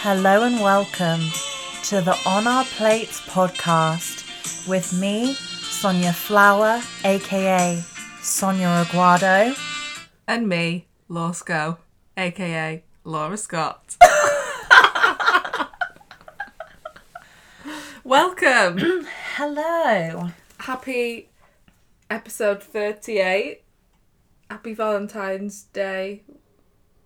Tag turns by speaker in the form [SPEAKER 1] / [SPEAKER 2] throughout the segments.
[SPEAKER 1] Hello and welcome to the On Our Plates podcast with me, Sonia Flower, aka Sonia Aguado.
[SPEAKER 2] and me, Laura Sco, aka Laura Scott. Welcome.
[SPEAKER 1] Hello.
[SPEAKER 2] Happy episode 38. Happy Valentine's Day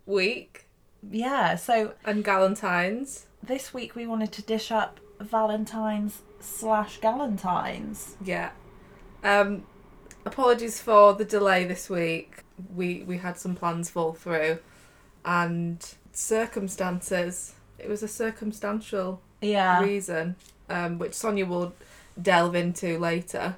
[SPEAKER 2] week
[SPEAKER 1] Yeah, so
[SPEAKER 2] and Galentine's.
[SPEAKER 1] this week we wanted to dish up Valentine's slash Galentine's.
[SPEAKER 2] Yeah. Um apologies for the delay this week. We we had some plans fall through and circumstances. It was a circumstantial
[SPEAKER 1] Yeah.
[SPEAKER 2] reason, um, which Sonia will delve into later.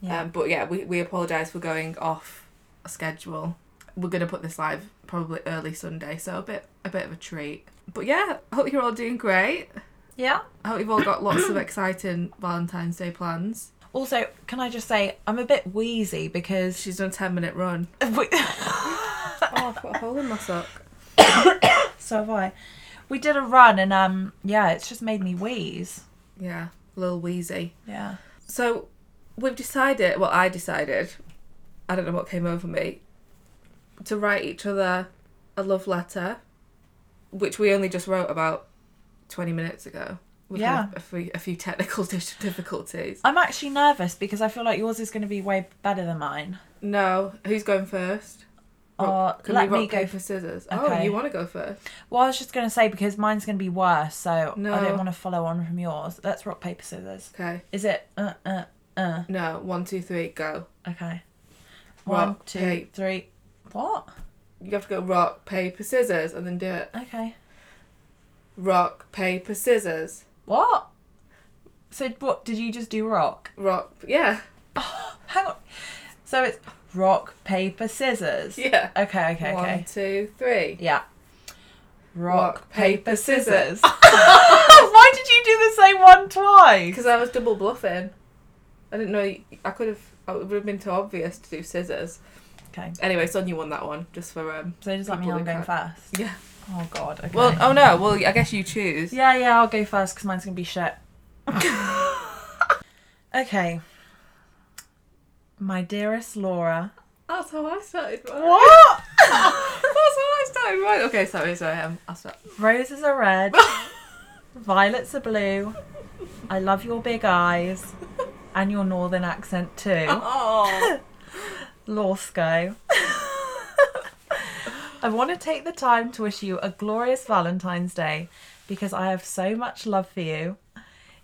[SPEAKER 1] Yeah.
[SPEAKER 2] Um, but yeah, we, we apologise for going off schedule. We're gonna put this live probably early Sunday, so a bit a bit of a treat. But yeah, hope you're all doing great.
[SPEAKER 1] yeah.
[SPEAKER 2] I hope you've all got lots of exciting Valentine's Day plans.
[SPEAKER 1] Also, can I just say, I'm a bit wheezy because.
[SPEAKER 2] She's done a ten minute run. Oh, I've got a hole in my sock.
[SPEAKER 1] so have I. We did a run and, um, yeah, it's just made me wheeze.
[SPEAKER 2] Yeah, little wheezy.
[SPEAKER 1] Yeah.
[SPEAKER 2] So we've decided, well, I decided, I don't know what came over me, to write each other a love letter, which we only just wrote about 20 minutes ago. We've
[SPEAKER 1] Yeah.
[SPEAKER 2] had a few, a few technical dis- difficulties.
[SPEAKER 1] I'm actually nervous because I feel like yours is going to be way better than mine.
[SPEAKER 2] No, who's going first?
[SPEAKER 1] Or
[SPEAKER 2] Rock- Can
[SPEAKER 1] let
[SPEAKER 2] we rock,
[SPEAKER 1] me go.
[SPEAKER 2] paper,
[SPEAKER 1] f-
[SPEAKER 2] scissors? Oh,
[SPEAKER 1] Okay.
[SPEAKER 2] you want to go first?
[SPEAKER 1] Well, I was just going to say because mine's going to be worse, so I
[SPEAKER 2] No.
[SPEAKER 1] don't want to follow on from yours. Let's rock paper scissors.
[SPEAKER 2] Okay.
[SPEAKER 1] Is it? Uh uh uh.
[SPEAKER 2] No, one, two, three, go.
[SPEAKER 1] Okay. One,
[SPEAKER 2] Rock,
[SPEAKER 1] two, three.
[SPEAKER 2] pa-
[SPEAKER 1] What?
[SPEAKER 2] You have to go rock, paper, scissors, and then do it.
[SPEAKER 1] Okay.
[SPEAKER 2] Rock, paper, scissors.
[SPEAKER 1] What? So what? Did you just do rock?
[SPEAKER 2] Rock, yeah,
[SPEAKER 1] Hang on. So it's rock paper scissors.
[SPEAKER 2] yeah.
[SPEAKER 1] Okay. Okay. Okay.
[SPEAKER 2] One, two, three.
[SPEAKER 1] Yeah. Rock,
[SPEAKER 2] Rock,
[SPEAKER 1] paper,
[SPEAKER 2] paper,
[SPEAKER 1] scissors.
[SPEAKER 2] scissors.
[SPEAKER 1] Why did you do the same one twice?
[SPEAKER 2] Because I was double bluffing. I didn't know. I could have. It would have been too obvious to do scissors.
[SPEAKER 1] Okay.
[SPEAKER 2] Anyway, Sonia won that one just for um.
[SPEAKER 1] So does that mean I'm
[SPEAKER 2] People who
[SPEAKER 1] going first?
[SPEAKER 2] Yeah.
[SPEAKER 1] Oh god. Okay.
[SPEAKER 2] Well, oh no. Well, I guess you choose.
[SPEAKER 1] yeah, yeah, I'll go first because mine's gonna be shit. okay. My dearest Laura.
[SPEAKER 2] That's how I started. Mine.
[SPEAKER 1] What?
[SPEAKER 2] That's how I started. Right. Okay. Sorry. Sorry. Um, I'll start.
[SPEAKER 1] Roses are red, violets are blue. I love your big eyes and your northern accent too.
[SPEAKER 2] oh.
[SPEAKER 1] Lorsko. I want to take the time to wish you a glorious Valentine's Day because I have so much love for you.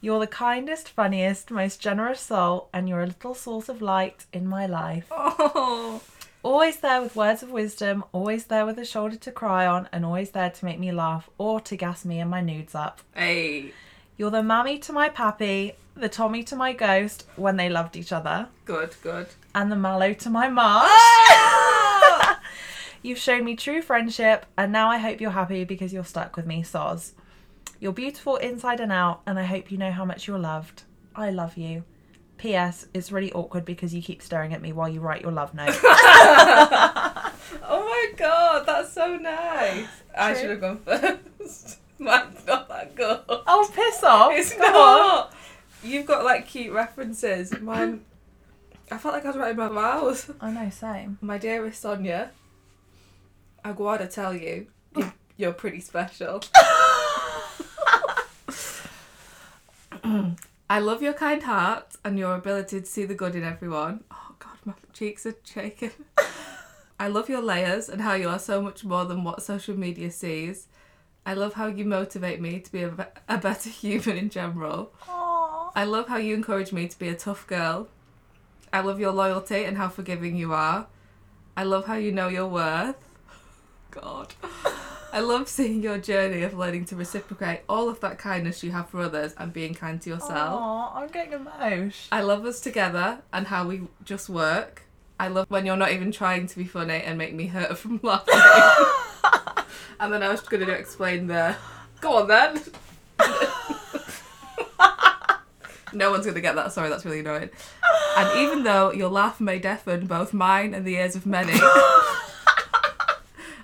[SPEAKER 1] You're the kindest, funniest, most generous soul, and you're a little source of light in my life.
[SPEAKER 2] Oh.
[SPEAKER 1] Always there with words of wisdom, always there with a shoulder to cry on, and always there to make me laugh or to gas me and my nudes up.
[SPEAKER 2] Hey.
[SPEAKER 1] You're the mammy to my pappy, the Tommy to my ghost when they loved each other,
[SPEAKER 2] Good. Good.
[SPEAKER 1] and the mallow to my marsh. Ah! You've shown me true friendship, and now I hope you're happy because you're stuck with me, Soz. You're beautiful inside and out, and I hope you know how much you're loved. I love you. P.S. It's really awkward because you keep staring at me while you write your love note.
[SPEAKER 2] Oh my god, that's so nice. I
[SPEAKER 1] True.
[SPEAKER 2] should have gone first. Mine's not that good.
[SPEAKER 1] oh, piss off!
[SPEAKER 2] It's
[SPEAKER 1] Come on.
[SPEAKER 2] not. You've got like cute references. Mine. I felt like I was writing my vows.
[SPEAKER 1] I know, same.
[SPEAKER 2] My dearest Sonia, I gotta tell you, you- you're pretty special. I love your kind heart and your ability to see the good in everyone. Oh god, my cheeks are shaking. I love your layers and how you are so much more than what social media sees. I love how you motivate me to be a, be- a better human in general.
[SPEAKER 1] Aw.
[SPEAKER 2] I love how you encourage me to be a tough girl. I love your loyalty and how forgiving you are. I love how you know your worth. God. I love seeing your journey of learning to reciprocate all of that kindness you have for others and being kind to yourself.
[SPEAKER 1] Aw, I'm getting emotional.
[SPEAKER 2] I love us together and how we just work. I love when you're not even trying to be funny and make me hurt from laughing. and then I was going to explain the. Go on then. no one's going to get that. Sorry, that's really annoying. And even though your laugh may deafen both mine and the ears of many,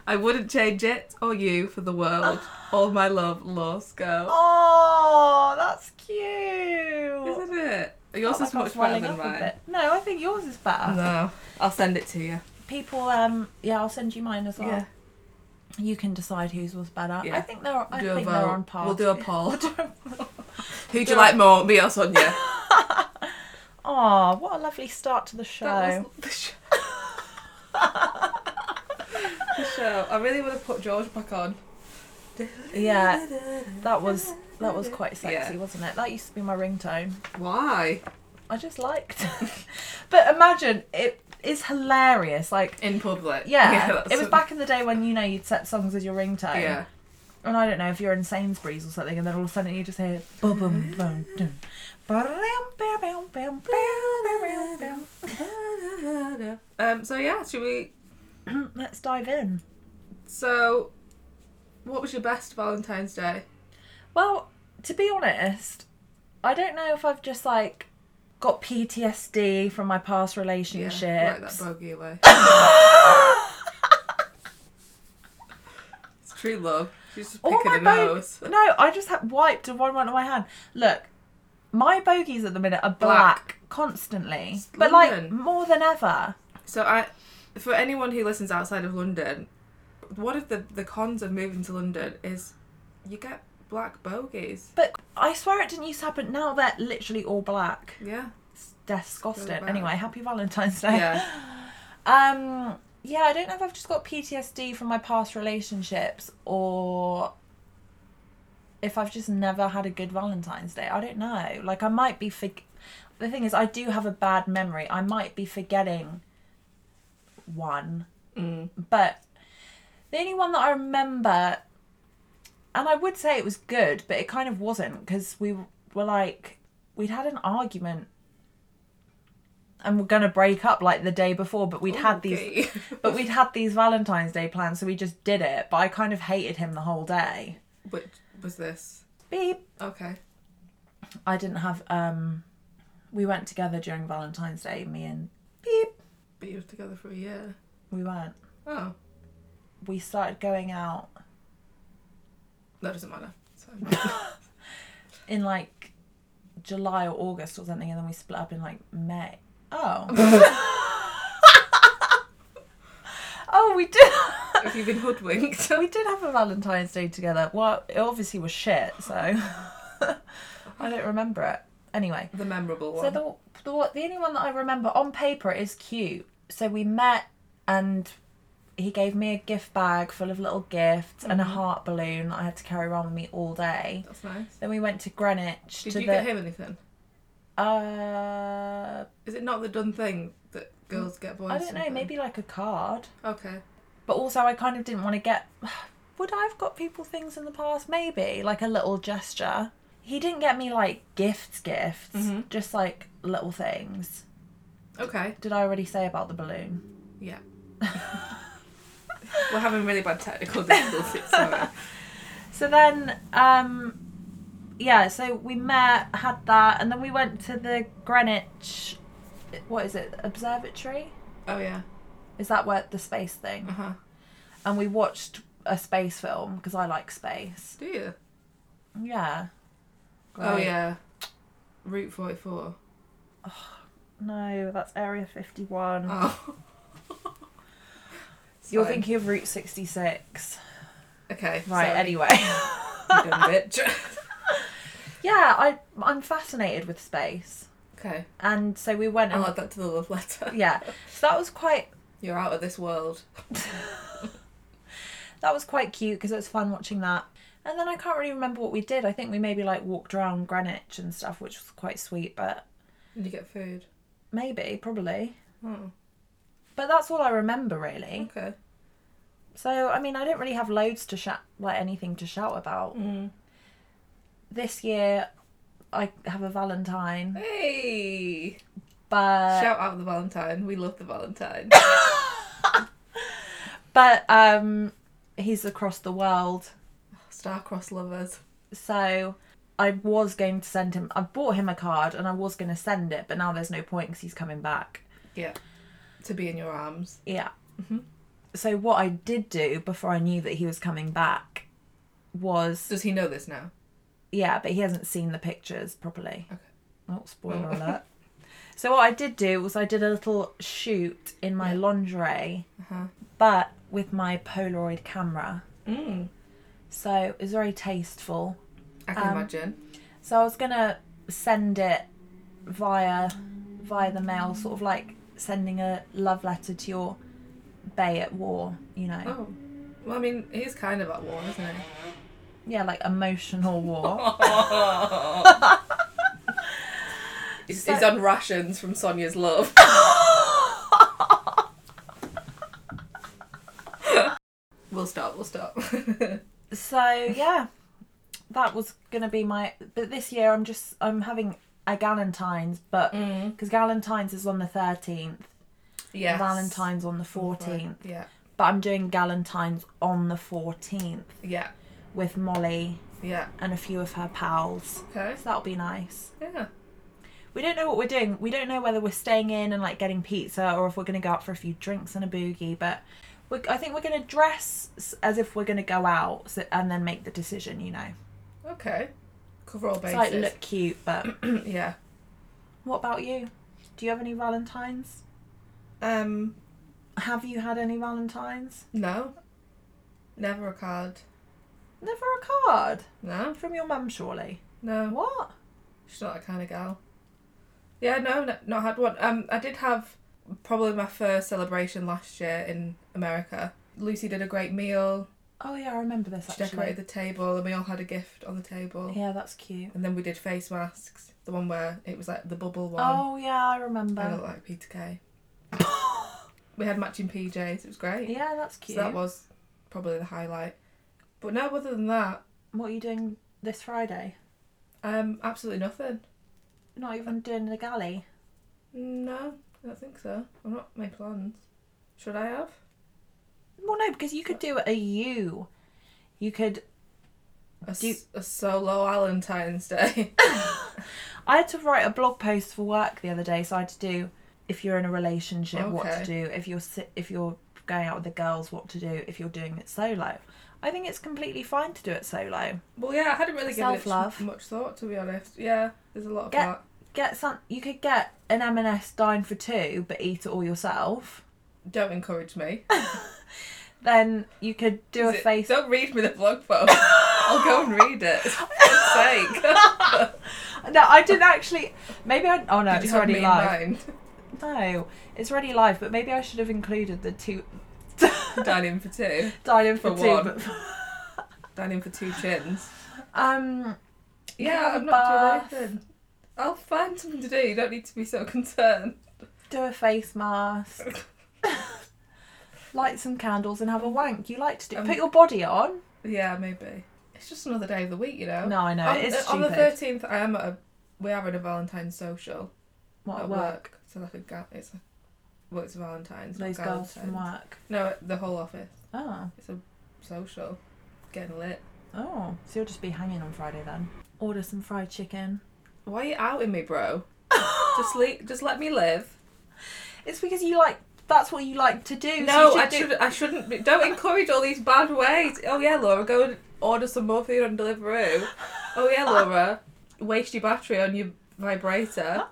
[SPEAKER 2] I wouldn't change it or you for the world. All my love, Lost Girl.
[SPEAKER 1] Oh, that's cute.
[SPEAKER 2] Isn't it?
[SPEAKER 1] Oh,
[SPEAKER 2] Yours
[SPEAKER 1] my
[SPEAKER 2] is
[SPEAKER 1] God,
[SPEAKER 2] much
[SPEAKER 1] it's
[SPEAKER 2] better
[SPEAKER 1] welling
[SPEAKER 2] than
[SPEAKER 1] up a
[SPEAKER 2] mine.
[SPEAKER 1] bit. No, I think yours is better.
[SPEAKER 2] No, I'll send it to you.
[SPEAKER 1] People, um, yeah, I'll send you mine as well.
[SPEAKER 2] Yeah.
[SPEAKER 1] You can decide whose was better.
[SPEAKER 2] Yeah.
[SPEAKER 1] I think they're. I
[SPEAKER 2] Do a
[SPEAKER 1] think they're
[SPEAKER 2] vote.
[SPEAKER 1] on par.
[SPEAKER 2] We'll do a poll.
[SPEAKER 1] We'll do a poll.
[SPEAKER 2] Who do
[SPEAKER 1] Do
[SPEAKER 2] you
[SPEAKER 1] it.
[SPEAKER 2] like more, me or Sonia?
[SPEAKER 1] Aw, what a lovely start to the show.
[SPEAKER 2] That was the show. the show. I really would have put George back on.
[SPEAKER 1] Yeah, that was that was quite sexy,
[SPEAKER 2] Yeah.
[SPEAKER 1] wasn't it? That used to be my ringtone.
[SPEAKER 2] Why?
[SPEAKER 1] I just liked. but imagine it is hilarious. Like
[SPEAKER 2] In public.
[SPEAKER 1] yeah,
[SPEAKER 2] that's
[SPEAKER 1] it was
[SPEAKER 2] what-
[SPEAKER 1] back in the day when you know you'd set songs as your ringtone.
[SPEAKER 2] Yeah.
[SPEAKER 1] And I don't know if you're in Sainsbury's or something, and then all of a sudden you just hear boom boom boom boom.
[SPEAKER 2] Um, so yeah, should we?
[SPEAKER 1] Let's dive in.
[SPEAKER 2] So, what was your best Valentine's Day?
[SPEAKER 1] Well, to be honest, I don't know if I've just like got PTSD from my past
[SPEAKER 2] Yeah,
[SPEAKER 1] relationships.
[SPEAKER 2] like that bogey away. it's true love. She's just
[SPEAKER 1] All
[SPEAKER 2] picking
[SPEAKER 1] Oh my
[SPEAKER 2] a
[SPEAKER 1] bo-
[SPEAKER 2] nose.
[SPEAKER 1] No, I just had wiped and one went on my hand. Look, my bogies at the minute are black,
[SPEAKER 2] Black.
[SPEAKER 1] constantly,
[SPEAKER 2] It's
[SPEAKER 1] but like
[SPEAKER 2] London.
[SPEAKER 1] more than ever.
[SPEAKER 2] So I, for anyone who listens outside of London, one of the the cons of moving to London is you get black bogies.
[SPEAKER 1] But I swear it didn't used to happen. Now they're literally all black.
[SPEAKER 2] Yeah.
[SPEAKER 1] It's disgusting.
[SPEAKER 2] Really bad.
[SPEAKER 1] anyway, happy Valentine's Day.
[SPEAKER 2] Yeah.
[SPEAKER 1] Um, yeah, I don't know if I've just got PTSD from my past relationships or if I've just never had a good Valentine's Day. I don't know. Like, I might be. For- the thing is, I do have a bad memory. I might be forgetting one,
[SPEAKER 2] Mm.
[SPEAKER 1] but the only one that I remember, and I would say it was good, but it kind of wasn't because we were like, we'd had an argument. And we're gonna break up like the day before, but we'd had these Oh.
[SPEAKER 2] Okay.
[SPEAKER 1] but we'd had these Valentine's Day plans, so we just did it. But I kind of hated him the whole day.
[SPEAKER 2] Which was this?
[SPEAKER 1] Beep.
[SPEAKER 2] Okay.
[SPEAKER 1] I didn't have. um We went together during Valentine's Day. Me and beep.
[SPEAKER 2] But you were together for a year.
[SPEAKER 1] We weren't.
[SPEAKER 2] Oh,
[SPEAKER 1] We started going out
[SPEAKER 2] that doesn't matter. So.
[SPEAKER 1] in like July or August or something, and then we split up in like May. Oh. oh, we did.
[SPEAKER 2] Have you been hoodwinked?
[SPEAKER 1] we did have a Valentine's Day together. Well, it obviously was shit, so I don't remember it. Anyway,
[SPEAKER 2] the memorable one.
[SPEAKER 1] So the, the what- the only one that I remember on paper is cute. So we met and he gave me a gift bag full of little gifts and a
[SPEAKER 2] Mm-hmm.
[SPEAKER 1] heart balloon that I had to carry around with me all day.
[SPEAKER 2] That's nice.
[SPEAKER 1] Then we went to Greenwich
[SPEAKER 2] Did
[SPEAKER 1] to
[SPEAKER 2] you
[SPEAKER 1] the
[SPEAKER 2] get him anything?
[SPEAKER 1] uh
[SPEAKER 2] Is it not the done thing that girls get boys?
[SPEAKER 1] I don't know,
[SPEAKER 2] something?
[SPEAKER 1] maybe like a card.
[SPEAKER 2] Okay.
[SPEAKER 1] But also I kind of didn't want to get would I've got people things in the past maybe like a little gesture. He didn't get me like gifts gifts,
[SPEAKER 2] Mhm.
[SPEAKER 1] just like little things.
[SPEAKER 2] Okay.
[SPEAKER 1] Did I already say about the balloon?
[SPEAKER 2] Yeah. We're having really bad technical difficulties. Sorry.
[SPEAKER 1] So then, um, yeah, so we met, had that, and then we went to the Greenwich, what is it, observatory?
[SPEAKER 2] Oh yeah.
[SPEAKER 1] Is that where the space thing?
[SPEAKER 2] Uh huh.
[SPEAKER 1] And we watched a space film because I like space.
[SPEAKER 2] Do you?
[SPEAKER 1] Yeah.
[SPEAKER 2] Oh
[SPEAKER 1] Great.
[SPEAKER 2] yeah. Route forty four.
[SPEAKER 1] No, that's Area 51.
[SPEAKER 2] Oh. It's
[SPEAKER 1] Mm. You're
[SPEAKER 2] fine.
[SPEAKER 1] thinking of Route 66.
[SPEAKER 2] Okay.
[SPEAKER 1] Right,
[SPEAKER 2] sorry,
[SPEAKER 1] anyway.
[SPEAKER 2] you dumb bitch.
[SPEAKER 1] yeah, I, I'm fascinated with space.
[SPEAKER 2] okay.
[SPEAKER 1] And so we went and.
[SPEAKER 2] I'll add that to the love letter.
[SPEAKER 1] yeah. So that was quite
[SPEAKER 2] You're out of this world.
[SPEAKER 1] that was quite cute because it was fun watching that. And then I can't really remember what we did. I think we maybe like walked around Greenwich and stuff, which was quite sweet, but
[SPEAKER 2] And you get food.
[SPEAKER 1] maybe, probably.
[SPEAKER 2] Oh.
[SPEAKER 1] But that's all I remember really.
[SPEAKER 2] Okay.
[SPEAKER 1] So, I mean, I don't really have loads to shout, like anything to shout about.
[SPEAKER 2] Mm.
[SPEAKER 1] This year, I have a Valentine,
[SPEAKER 2] Hey.
[SPEAKER 1] but
[SPEAKER 2] Shout out the Valentine. We love the Valentine.
[SPEAKER 1] but um, he's across the world,
[SPEAKER 2] Star-crossed lovers.
[SPEAKER 1] so I was going to send him. I bought him a card and I was going to send it, but now there's no point because he's coming back.
[SPEAKER 2] Yeah. To be in your arms.
[SPEAKER 1] Yeah. so what I did do before I knew that he was coming back was
[SPEAKER 2] Does he know this now?
[SPEAKER 1] yeah, but he hasn't seen the pictures properly.
[SPEAKER 2] Okay.
[SPEAKER 1] Oh, spoiler alert. So what I did do was I did a little shoot in my
[SPEAKER 2] Yeah.
[SPEAKER 1] lingerie,
[SPEAKER 2] Uh-huh.
[SPEAKER 1] but with my Polaroid camera.
[SPEAKER 2] Mm.
[SPEAKER 1] So it was very tasteful.
[SPEAKER 2] I can
[SPEAKER 1] Um,
[SPEAKER 2] imagine.
[SPEAKER 1] So I was gonna send it via via the mail, sort of like sending a love letter to your bay at war, you know.
[SPEAKER 2] Oh. Well, I mean, he's kind of at war, isn't he?
[SPEAKER 1] Yeah, like emotional war.
[SPEAKER 2] he's,
[SPEAKER 1] So-
[SPEAKER 2] he's on rations from Sonia's love. we'll stop, we'll stop.
[SPEAKER 1] so yeah. That was gonna be my but this year I'm just I'm having a Galentine's but
[SPEAKER 2] Mm.
[SPEAKER 1] because Galentine's is on the 13th,
[SPEAKER 2] Yeah.
[SPEAKER 1] Valentine's on the 14th,
[SPEAKER 2] Yeah.
[SPEAKER 1] but I'm doing Galentine's on the 14th
[SPEAKER 2] Yeah.
[SPEAKER 1] with Molly
[SPEAKER 2] Yeah.
[SPEAKER 1] and a few of her pals.
[SPEAKER 2] Okay.
[SPEAKER 1] So that'll be nice.
[SPEAKER 2] Yeah.
[SPEAKER 1] We don't know what we're doing. We don't know whether we're staying in and like getting pizza or if we're going to go out for a few drinks and a boogie, but we I think we're going to dress s- as if we're going to go out so, and then make the decision, you know.
[SPEAKER 2] Okay. Cover all
[SPEAKER 1] It's
[SPEAKER 2] bases.
[SPEAKER 1] like look cute, but
[SPEAKER 2] yeah.
[SPEAKER 1] what about you? Do you have any Valentines?
[SPEAKER 2] Um.
[SPEAKER 1] Have you had any Valentines?
[SPEAKER 2] No. Never a card.
[SPEAKER 1] Never a card
[SPEAKER 2] No.
[SPEAKER 1] from your mum, surely.
[SPEAKER 2] No.
[SPEAKER 1] What?
[SPEAKER 2] She's not that kind of gal. Yeah, no, n- not had one. Um, I did have probably my first celebration last year in America. Lucy did a great meal.
[SPEAKER 1] Oh yeah, I remember this
[SPEAKER 2] She decorated
[SPEAKER 1] actually.
[SPEAKER 2] the table, and we all had a gift on the table.
[SPEAKER 1] Yeah, that's cute.
[SPEAKER 2] And then we did face masks. The one where it was like the bubble one.
[SPEAKER 1] Oh yeah, I
[SPEAKER 2] I
[SPEAKER 1] remember.
[SPEAKER 2] looked like Peter Kay. we had matching PJs. It was great.
[SPEAKER 1] Yeah, that's
[SPEAKER 2] So
[SPEAKER 1] cute.
[SPEAKER 2] that was probably the highlight. But no, other than that,
[SPEAKER 1] What are you doing this Friday?
[SPEAKER 2] um, absolutely nothing.
[SPEAKER 1] Not even doing the galley.
[SPEAKER 2] No, I don't think so. I've not made plans. Should I have?
[SPEAKER 1] Well, no, because you could do a U. You could.
[SPEAKER 2] A, s-
[SPEAKER 1] Do you-
[SPEAKER 2] a solo Valentine's Day.
[SPEAKER 1] I had to write a blog post for work the other day, so I had to do if you're in a relationship, what
[SPEAKER 2] Okay.
[SPEAKER 1] to do. If you're si- if you're going out with the girls, what to do. If you're doing it solo, I think it's completely fine to do it solo.
[SPEAKER 2] well, yeah, I hadn't really given it
[SPEAKER 1] Self-love.
[SPEAKER 2] much, much thought to be honest. Yeah, there's a lot of
[SPEAKER 1] Get-
[SPEAKER 2] that.
[SPEAKER 1] Get some. You could get an M&S dine for two, but eat it all yourself.
[SPEAKER 2] Don't encourage me.
[SPEAKER 1] Then you could do
[SPEAKER 2] Is
[SPEAKER 1] a
[SPEAKER 2] it-
[SPEAKER 1] face.
[SPEAKER 2] Don't read me the blog post. I'll go and read it. For fuck's sake.
[SPEAKER 1] No, I didn't actually. Maybe I. Oh no,
[SPEAKER 2] Did you
[SPEAKER 1] it's
[SPEAKER 2] have
[SPEAKER 1] already
[SPEAKER 2] me in
[SPEAKER 1] live.
[SPEAKER 2] mind?
[SPEAKER 1] No, it's already live. But maybe I should have included the two.
[SPEAKER 2] Dining for two.
[SPEAKER 1] Dining for,
[SPEAKER 2] For
[SPEAKER 1] two.
[SPEAKER 2] one.
[SPEAKER 1] But,
[SPEAKER 2] Dining for two chins.
[SPEAKER 1] um,
[SPEAKER 2] Yeah,
[SPEAKER 1] have
[SPEAKER 2] I'm
[SPEAKER 1] a
[SPEAKER 2] not
[SPEAKER 1] bath.
[SPEAKER 2] doing anything. I'll find something to do. You don't need to be so concerned.
[SPEAKER 1] do a face mask. Light some candles and have a wank. You like to do.
[SPEAKER 2] Um,
[SPEAKER 1] Put your body on.
[SPEAKER 2] Yeah, maybe. It's just another day of the week, you know.
[SPEAKER 1] No, I know
[SPEAKER 2] on,
[SPEAKER 1] it is
[SPEAKER 2] on
[SPEAKER 1] stupid.
[SPEAKER 2] um, the thirteenth, I am at a. We are at a Valentine's social
[SPEAKER 1] what
[SPEAKER 2] at
[SPEAKER 1] work?
[SPEAKER 2] So like a ga- it's a, well, it's Valentine's. not
[SPEAKER 1] Those girls from
[SPEAKER 2] Galentine's.
[SPEAKER 1] work.
[SPEAKER 2] No, the whole office
[SPEAKER 1] Oh,
[SPEAKER 2] social, getting lit.
[SPEAKER 1] oh. So you'll just be hanging on Friday then. Order some fried chicken.
[SPEAKER 2] Why are you outing me, bro? just le- just let me live.
[SPEAKER 1] It's because you like. That's what you like to do. so
[SPEAKER 2] No,
[SPEAKER 1] you
[SPEAKER 2] I
[SPEAKER 1] do-
[SPEAKER 2] should I shouldn't. Be, don't encourage all these bad ways. Oh yeah, Laura, go and order some more food on Deliveroo. Oh yeah, Laura, waste your battery on your vibrator.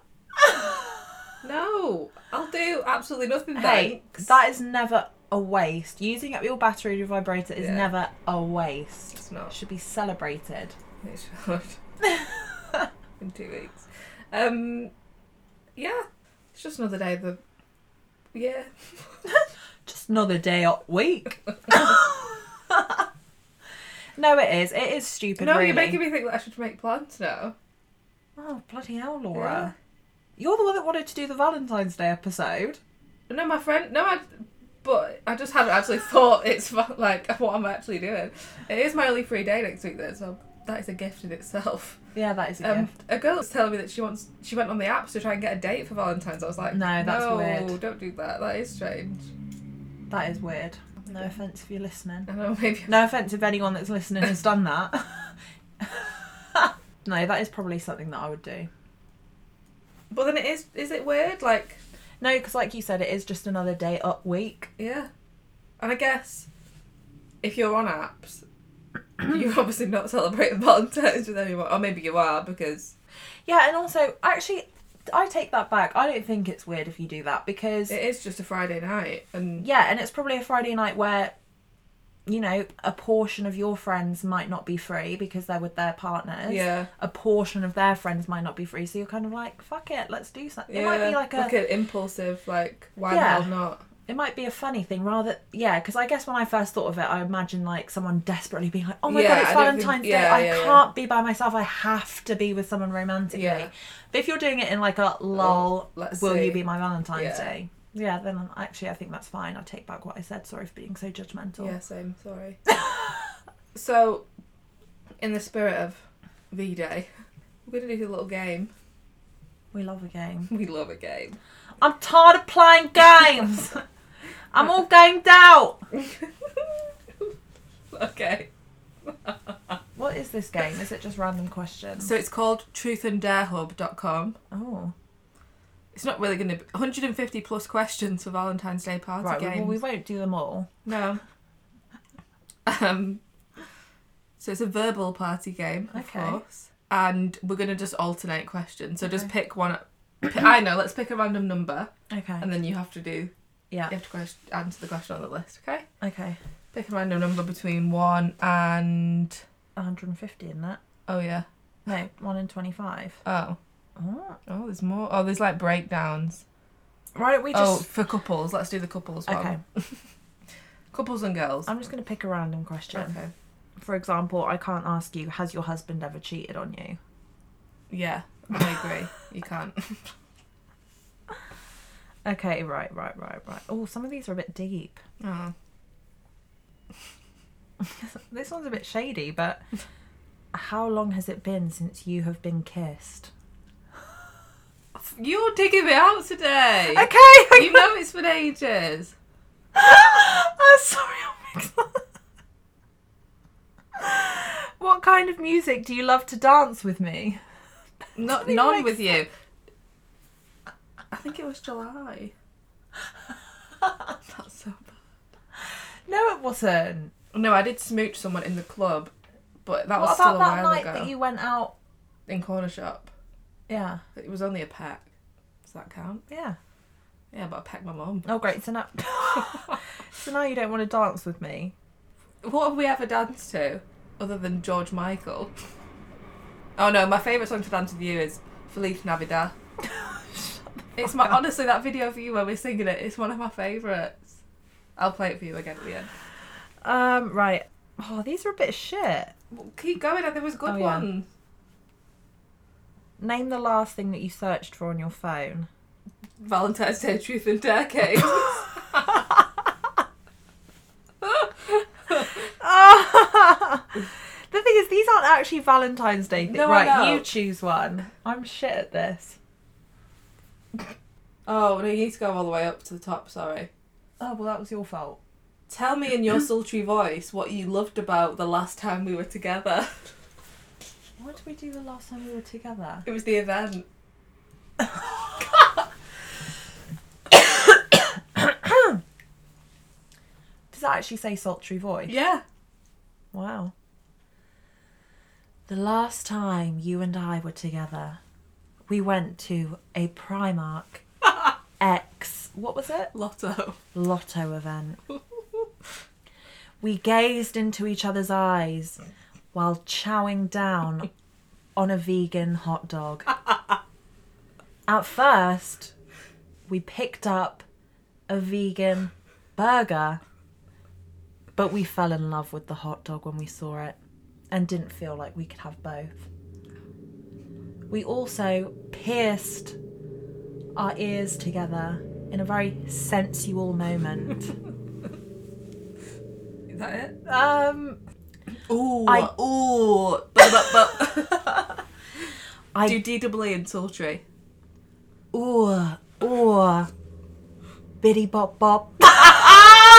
[SPEAKER 2] No, I'll do absolutely nothing.
[SPEAKER 1] Hey,
[SPEAKER 2] thanks.
[SPEAKER 1] that is never a waste. Using up your battery with your vibrator is
[SPEAKER 2] Yeah.
[SPEAKER 1] never a waste.
[SPEAKER 2] it's
[SPEAKER 1] It
[SPEAKER 2] not.
[SPEAKER 1] should be celebrated.
[SPEAKER 2] It should. In two weeks. Um, yeah, it's just another day of the. Yeah.
[SPEAKER 1] Just another day up week. no, it is. It is stupid.
[SPEAKER 2] no,
[SPEAKER 1] really.
[SPEAKER 2] you're making me think that I should make plans now.
[SPEAKER 1] Oh bloody hell, Laura! You're the one that wanted to do the Valentine's Day episode.
[SPEAKER 2] Yeah. No, my friend. No, I. But I just haven't actually thought it's fu- like what I'm actually doing. It is my only free day next week, though, so that is a gift in itself.
[SPEAKER 1] Yeah, that is a
[SPEAKER 2] Um,
[SPEAKER 1] gift.
[SPEAKER 2] a girl was telling me that she wants she went on the apps to try and get a date for Valentine's. I was like,
[SPEAKER 1] No, that's weird."
[SPEAKER 2] Don't do that. That is strange.
[SPEAKER 1] That is weird. No offense if you're listening.
[SPEAKER 2] I know maybe
[SPEAKER 1] No offense if anyone that's listening has done that. no, that is probably something that I would do.
[SPEAKER 2] But then it is is it weird? Like
[SPEAKER 1] No, because like you said, it is just another day up week.
[SPEAKER 2] yeah. And I guess if you're on apps, you're obviously not celebrating Valentine's with anyone. Or maybe you are because
[SPEAKER 1] Yeah, and also, actually, I take that back. I don't think it's weird if you do that because,
[SPEAKER 2] it is just a Friday night. And
[SPEAKER 1] yeah, and it's probably a Friday night where, you know, a portion of your friends might not be free because they're with their partners.
[SPEAKER 2] yeah.
[SPEAKER 1] A portion of their friends might not be free, so you're kind of like, fuck it, let's do something.
[SPEAKER 2] Yeah,
[SPEAKER 1] It might be like a,
[SPEAKER 2] an impulsive, like why
[SPEAKER 1] Yeah.
[SPEAKER 2] the hell not?
[SPEAKER 1] it might be a funny thing rather, yeah, because I guess when I first thought of it, I imagine like someone desperately being like, oh my
[SPEAKER 2] Yeah,
[SPEAKER 1] god, it's
[SPEAKER 2] I don't think-
[SPEAKER 1] Valentine's Day,
[SPEAKER 2] yeah,
[SPEAKER 1] I
[SPEAKER 2] yeah, yeah.
[SPEAKER 1] can't be by myself, I have to be with someone romantically.
[SPEAKER 2] Yeah.
[SPEAKER 1] But if you're doing it in like a lol,
[SPEAKER 2] let's
[SPEAKER 1] will
[SPEAKER 2] see.
[SPEAKER 1] you be my Valentine's
[SPEAKER 2] Yeah.
[SPEAKER 1] Day? Yeah, then I'm- actually I think that's fine. I take back what I said. Sorry for being so judgmental.
[SPEAKER 2] Yeah, same. Sorry. so, in the spirit of V Day, we're gonna do a little game.
[SPEAKER 1] We love a game.
[SPEAKER 2] We love a game.
[SPEAKER 1] I'm tired of playing games. I'm all gamed out.
[SPEAKER 2] okay.
[SPEAKER 1] What is this game? Is it just random questions?
[SPEAKER 2] So it's called truthanddarehub.com.
[SPEAKER 1] oh,
[SPEAKER 2] It's not really going to be 150 plus questions for Valentine's Day party
[SPEAKER 1] right.
[SPEAKER 2] games.
[SPEAKER 1] Well, we won't do them all.
[SPEAKER 2] No. Um, so it's a verbal party game, of
[SPEAKER 1] Okay.
[SPEAKER 2] course. And we're going to just alternate questions. So just
[SPEAKER 1] Okay.
[SPEAKER 2] pick one. Pick, I know, let's pick a random number
[SPEAKER 1] Okay.
[SPEAKER 2] and then you have to do,
[SPEAKER 1] Yeah.
[SPEAKER 2] you have to quest- answer the question on the list, okay?
[SPEAKER 1] Okay.
[SPEAKER 2] Pick a random number between one and.
[SPEAKER 1] 150 in that.
[SPEAKER 2] Oh, yeah.
[SPEAKER 1] No, one in 25.
[SPEAKER 2] Oh.
[SPEAKER 1] Oh.
[SPEAKER 2] Oh, there's more. Oh, there's like breakdowns.
[SPEAKER 1] Why don't we
[SPEAKER 2] oh,
[SPEAKER 1] just?
[SPEAKER 2] for couples. Let's do the couples one.
[SPEAKER 1] okay.
[SPEAKER 2] Couples and girls.
[SPEAKER 1] I'm just gonna pick a random question.
[SPEAKER 2] Okay.
[SPEAKER 1] For example, I can't ask you, has your husband ever cheated on you?
[SPEAKER 2] Yeah, I agree. you can't.
[SPEAKER 1] Okay, right, right, right, right. Oh, some of these are a bit deep.
[SPEAKER 2] Oh.
[SPEAKER 1] This one's a bit shady, but how long has it been since you have been kissed?
[SPEAKER 2] You're digging me out today.
[SPEAKER 1] Okay, I
[SPEAKER 2] You know it's been ages.
[SPEAKER 1] I'm sorry, I'm mixed up. What kind of music do you love to dance with me?
[SPEAKER 2] Not
[SPEAKER 1] Something
[SPEAKER 2] none
[SPEAKER 1] like
[SPEAKER 2] with you. I think it was July. That's so
[SPEAKER 1] No, it wasn't.
[SPEAKER 2] bad. No, I did smooch someone in the club, but that
[SPEAKER 1] What
[SPEAKER 2] was still
[SPEAKER 1] about
[SPEAKER 2] a
[SPEAKER 1] that
[SPEAKER 2] while
[SPEAKER 1] night
[SPEAKER 2] ago.
[SPEAKER 1] that you went out?
[SPEAKER 2] In corner shop,
[SPEAKER 1] Yeah,
[SPEAKER 2] it was only a peck. Does that count?
[SPEAKER 1] yeah.
[SPEAKER 2] Yeah, but I pecked my mum.
[SPEAKER 1] Oh, great. So now, so now you don't want to dance with me.
[SPEAKER 2] What have we ever danced to other than George Michael? Oh no, my favourite song to dance with you is Feliz Navidad. It's my honestly that video for you where we're singing it. It's one of my favourites. I'll play it for you again at the end.
[SPEAKER 1] Um, right. Oh, these are a bit shit.
[SPEAKER 2] Well, keep going. There was good
[SPEAKER 1] Oh,
[SPEAKER 2] one.
[SPEAKER 1] yeah. Name the last thing that you searched for on your phone.
[SPEAKER 2] Valentine's Day, Truth and Dare cake.
[SPEAKER 1] the thing is, these aren't actually Valentine's Day things.
[SPEAKER 2] No,
[SPEAKER 1] right,
[SPEAKER 2] I know.
[SPEAKER 1] you choose one. I'm shit at this.
[SPEAKER 2] oh no, you need to go all the way up to the top. Sorry.
[SPEAKER 1] Oh, well, that was your fault.
[SPEAKER 2] Tell me in your sultry voice what you loved about the last time we were together.
[SPEAKER 1] Why did we do the last time we were together?
[SPEAKER 2] It was the event.
[SPEAKER 1] Does that actually say sultry voice?
[SPEAKER 2] Yeah.
[SPEAKER 1] Wow. The last time you and I were together, we went to a Primark X, what was it?
[SPEAKER 2] Lotto.
[SPEAKER 1] Lotto event. We gazed into each other's eyes while chowing down on a vegan hot dog. At first, we picked up a vegan burger, but we fell in love with the hot dog when we saw it and didn't feel like we could have both. We also pierced our ears together in a very sensual moment.
[SPEAKER 2] Is that it?
[SPEAKER 1] um,
[SPEAKER 2] Ooh,
[SPEAKER 1] I-
[SPEAKER 2] ooh, but, but,
[SPEAKER 1] I
[SPEAKER 2] do DWE and sultry.
[SPEAKER 1] Ooh, ooh. Biddy bop bop.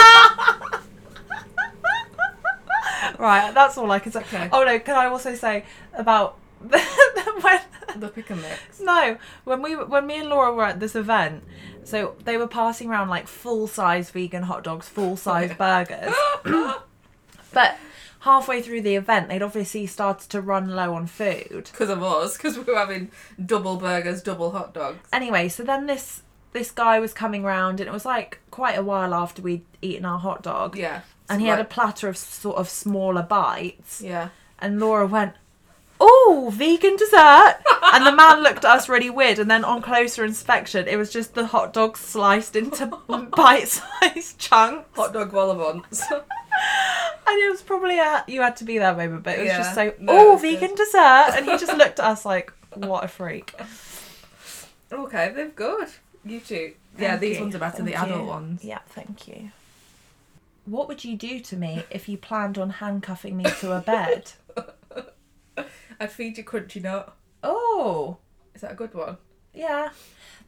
[SPEAKER 1] right, that's all I can say.
[SPEAKER 2] Okay.
[SPEAKER 1] Oh no, can I also say about when
[SPEAKER 2] the pick and mix.
[SPEAKER 1] No, when we when me and Laura were at this event, so they were passing around like full size vegan hot dogs, full size burgers. but halfway through the event, they'd obviously started to run low on food.
[SPEAKER 2] Because of us, because we were having double burgers, double hot dogs.
[SPEAKER 1] Anyway, so then this this guy was coming round, and it was like quite a while after we'd eaten our hot dog,
[SPEAKER 2] Yeah.
[SPEAKER 1] and he had a
[SPEAKER 2] Like-
[SPEAKER 1] platter of sort of smaller bites.
[SPEAKER 2] Yeah.
[SPEAKER 1] And Laura went, Oh, vegan dessert. and the man looked at us really weird. And then on closer inspection, it was just the hot dog sliced into bite sized chunks.
[SPEAKER 2] Hot dog volivants.
[SPEAKER 1] And it was probably a, you had to be there moment, but it was
[SPEAKER 2] Yeah.
[SPEAKER 1] just so,
[SPEAKER 2] No,
[SPEAKER 1] Oh,
[SPEAKER 2] it's good."
[SPEAKER 1] vegan dessert. And he just looked at us like, What a freak.
[SPEAKER 2] okay, they're good. You two. Yeah,
[SPEAKER 1] Thank
[SPEAKER 2] these
[SPEAKER 1] you.
[SPEAKER 2] ones are better, the
[SPEAKER 1] Thank you.
[SPEAKER 2] adult ones.
[SPEAKER 1] Yeah, thank you. What would you do to me if you planned on handcuffing me to a bed?
[SPEAKER 2] I'd feed you crunchy nut.
[SPEAKER 1] oh.
[SPEAKER 2] Is that a good one?
[SPEAKER 1] Yeah.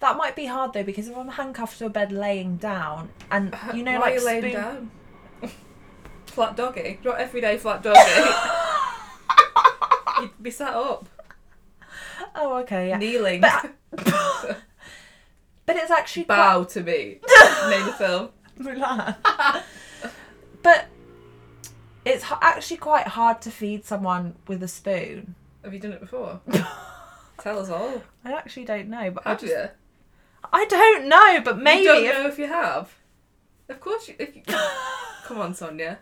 [SPEAKER 1] That might be hard though because if I'm handcuffed to a bed laying down and you know
[SPEAKER 2] Uh, Why
[SPEAKER 1] like
[SPEAKER 2] are you laying
[SPEAKER 1] spoon-
[SPEAKER 2] down? flat doggy. Not everyday flat doggy. You'd be sat up,
[SPEAKER 1] Oh okay, yeah.
[SPEAKER 2] kneeling.
[SPEAKER 1] But- But it's actually quite
[SPEAKER 2] Bow to me. Name the film.
[SPEAKER 1] Mulan. but it's h- actually quite hard to feed someone with a spoon.
[SPEAKER 2] Have you done it before?
[SPEAKER 1] I
[SPEAKER 2] Tell us all.
[SPEAKER 1] actually don't know, but I
[SPEAKER 2] Have
[SPEAKER 1] just
[SPEAKER 2] you?
[SPEAKER 1] I don't know, but maybe
[SPEAKER 2] You don't
[SPEAKER 1] if-
[SPEAKER 2] know if you have. Of course, you, if you. Come on, Sonia.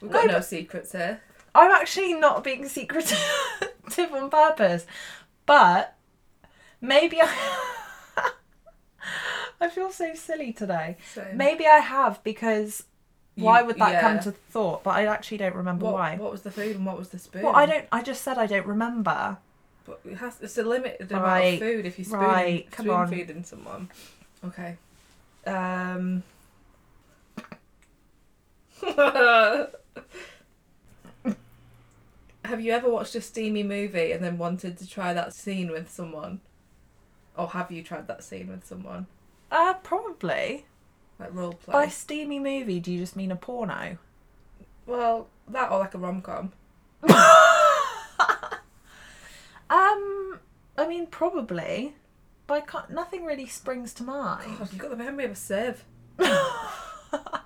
[SPEAKER 2] We've got
[SPEAKER 1] No,
[SPEAKER 2] no, secrets here.
[SPEAKER 1] I'm actually not being secretive on purpose, but maybe I. I feel so silly today.
[SPEAKER 2] So,
[SPEAKER 1] Maybe I have because why
[SPEAKER 2] Mm. You-
[SPEAKER 1] would that come
[SPEAKER 2] yeah.
[SPEAKER 1] to thought? But I actually don't remember
[SPEAKER 2] what,
[SPEAKER 1] why.
[SPEAKER 2] What was the food and what was the spoon?
[SPEAKER 1] Well, I don't. I just said I don't remember.
[SPEAKER 2] But it has, it's a limited amount
[SPEAKER 1] Right,
[SPEAKER 2] of food if you spoon,
[SPEAKER 1] right, come
[SPEAKER 2] spoon
[SPEAKER 1] on.
[SPEAKER 2] feeding someone. Okay. Um. Have you ever watched a steamy movie and then wanted to try that scene with someone? Or have you tried that scene with someone?
[SPEAKER 1] Uh, probably.
[SPEAKER 2] Like role play?
[SPEAKER 1] By steamy movie, do you just mean a porno?
[SPEAKER 2] Well, that or like a rom com.
[SPEAKER 1] um, I mean probably. But I can't, nothing really springs to mind.
[SPEAKER 2] God, you've got the memory of a sieve.
[SPEAKER 1] right,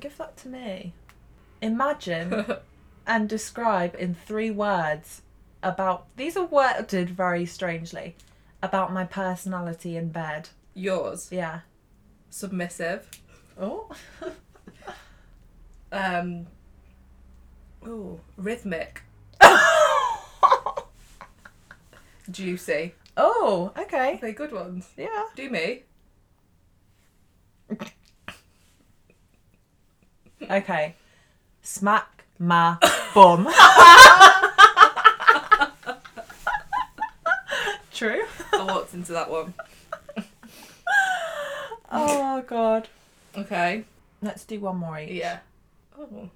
[SPEAKER 1] give that to me. Imagine and describe in three words about these are worded very strangely about my personality in bed.
[SPEAKER 2] Yours.
[SPEAKER 1] Yeah.
[SPEAKER 2] Submissive.
[SPEAKER 1] Oh.
[SPEAKER 2] Um. Ooh, rhythmic. Juicy.
[SPEAKER 1] oh, okay.
[SPEAKER 2] They're good ones.
[SPEAKER 1] Yeah.
[SPEAKER 2] Do me.
[SPEAKER 1] Okay. Smack my bum. True.
[SPEAKER 2] I walked into that one.
[SPEAKER 1] Oh god.
[SPEAKER 2] Okay.
[SPEAKER 1] Let's do one more each.
[SPEAKER 2] Yeah. Oh.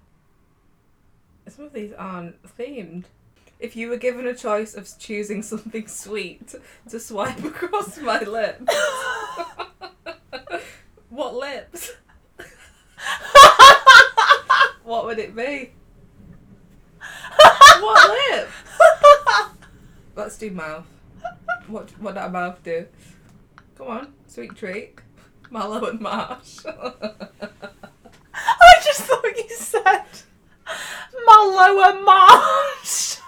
[SPEAKER 2] Some of these aren't themed. If you were given a choice of choosing something sweet to swipe across my lips, what lips? What would it be? What lip? Let's do mouth. What what that mouth do? Come on, sweet treat. Mallow and marsh.
[SPEAKER 1] I just thought you said Mallow and Marsh.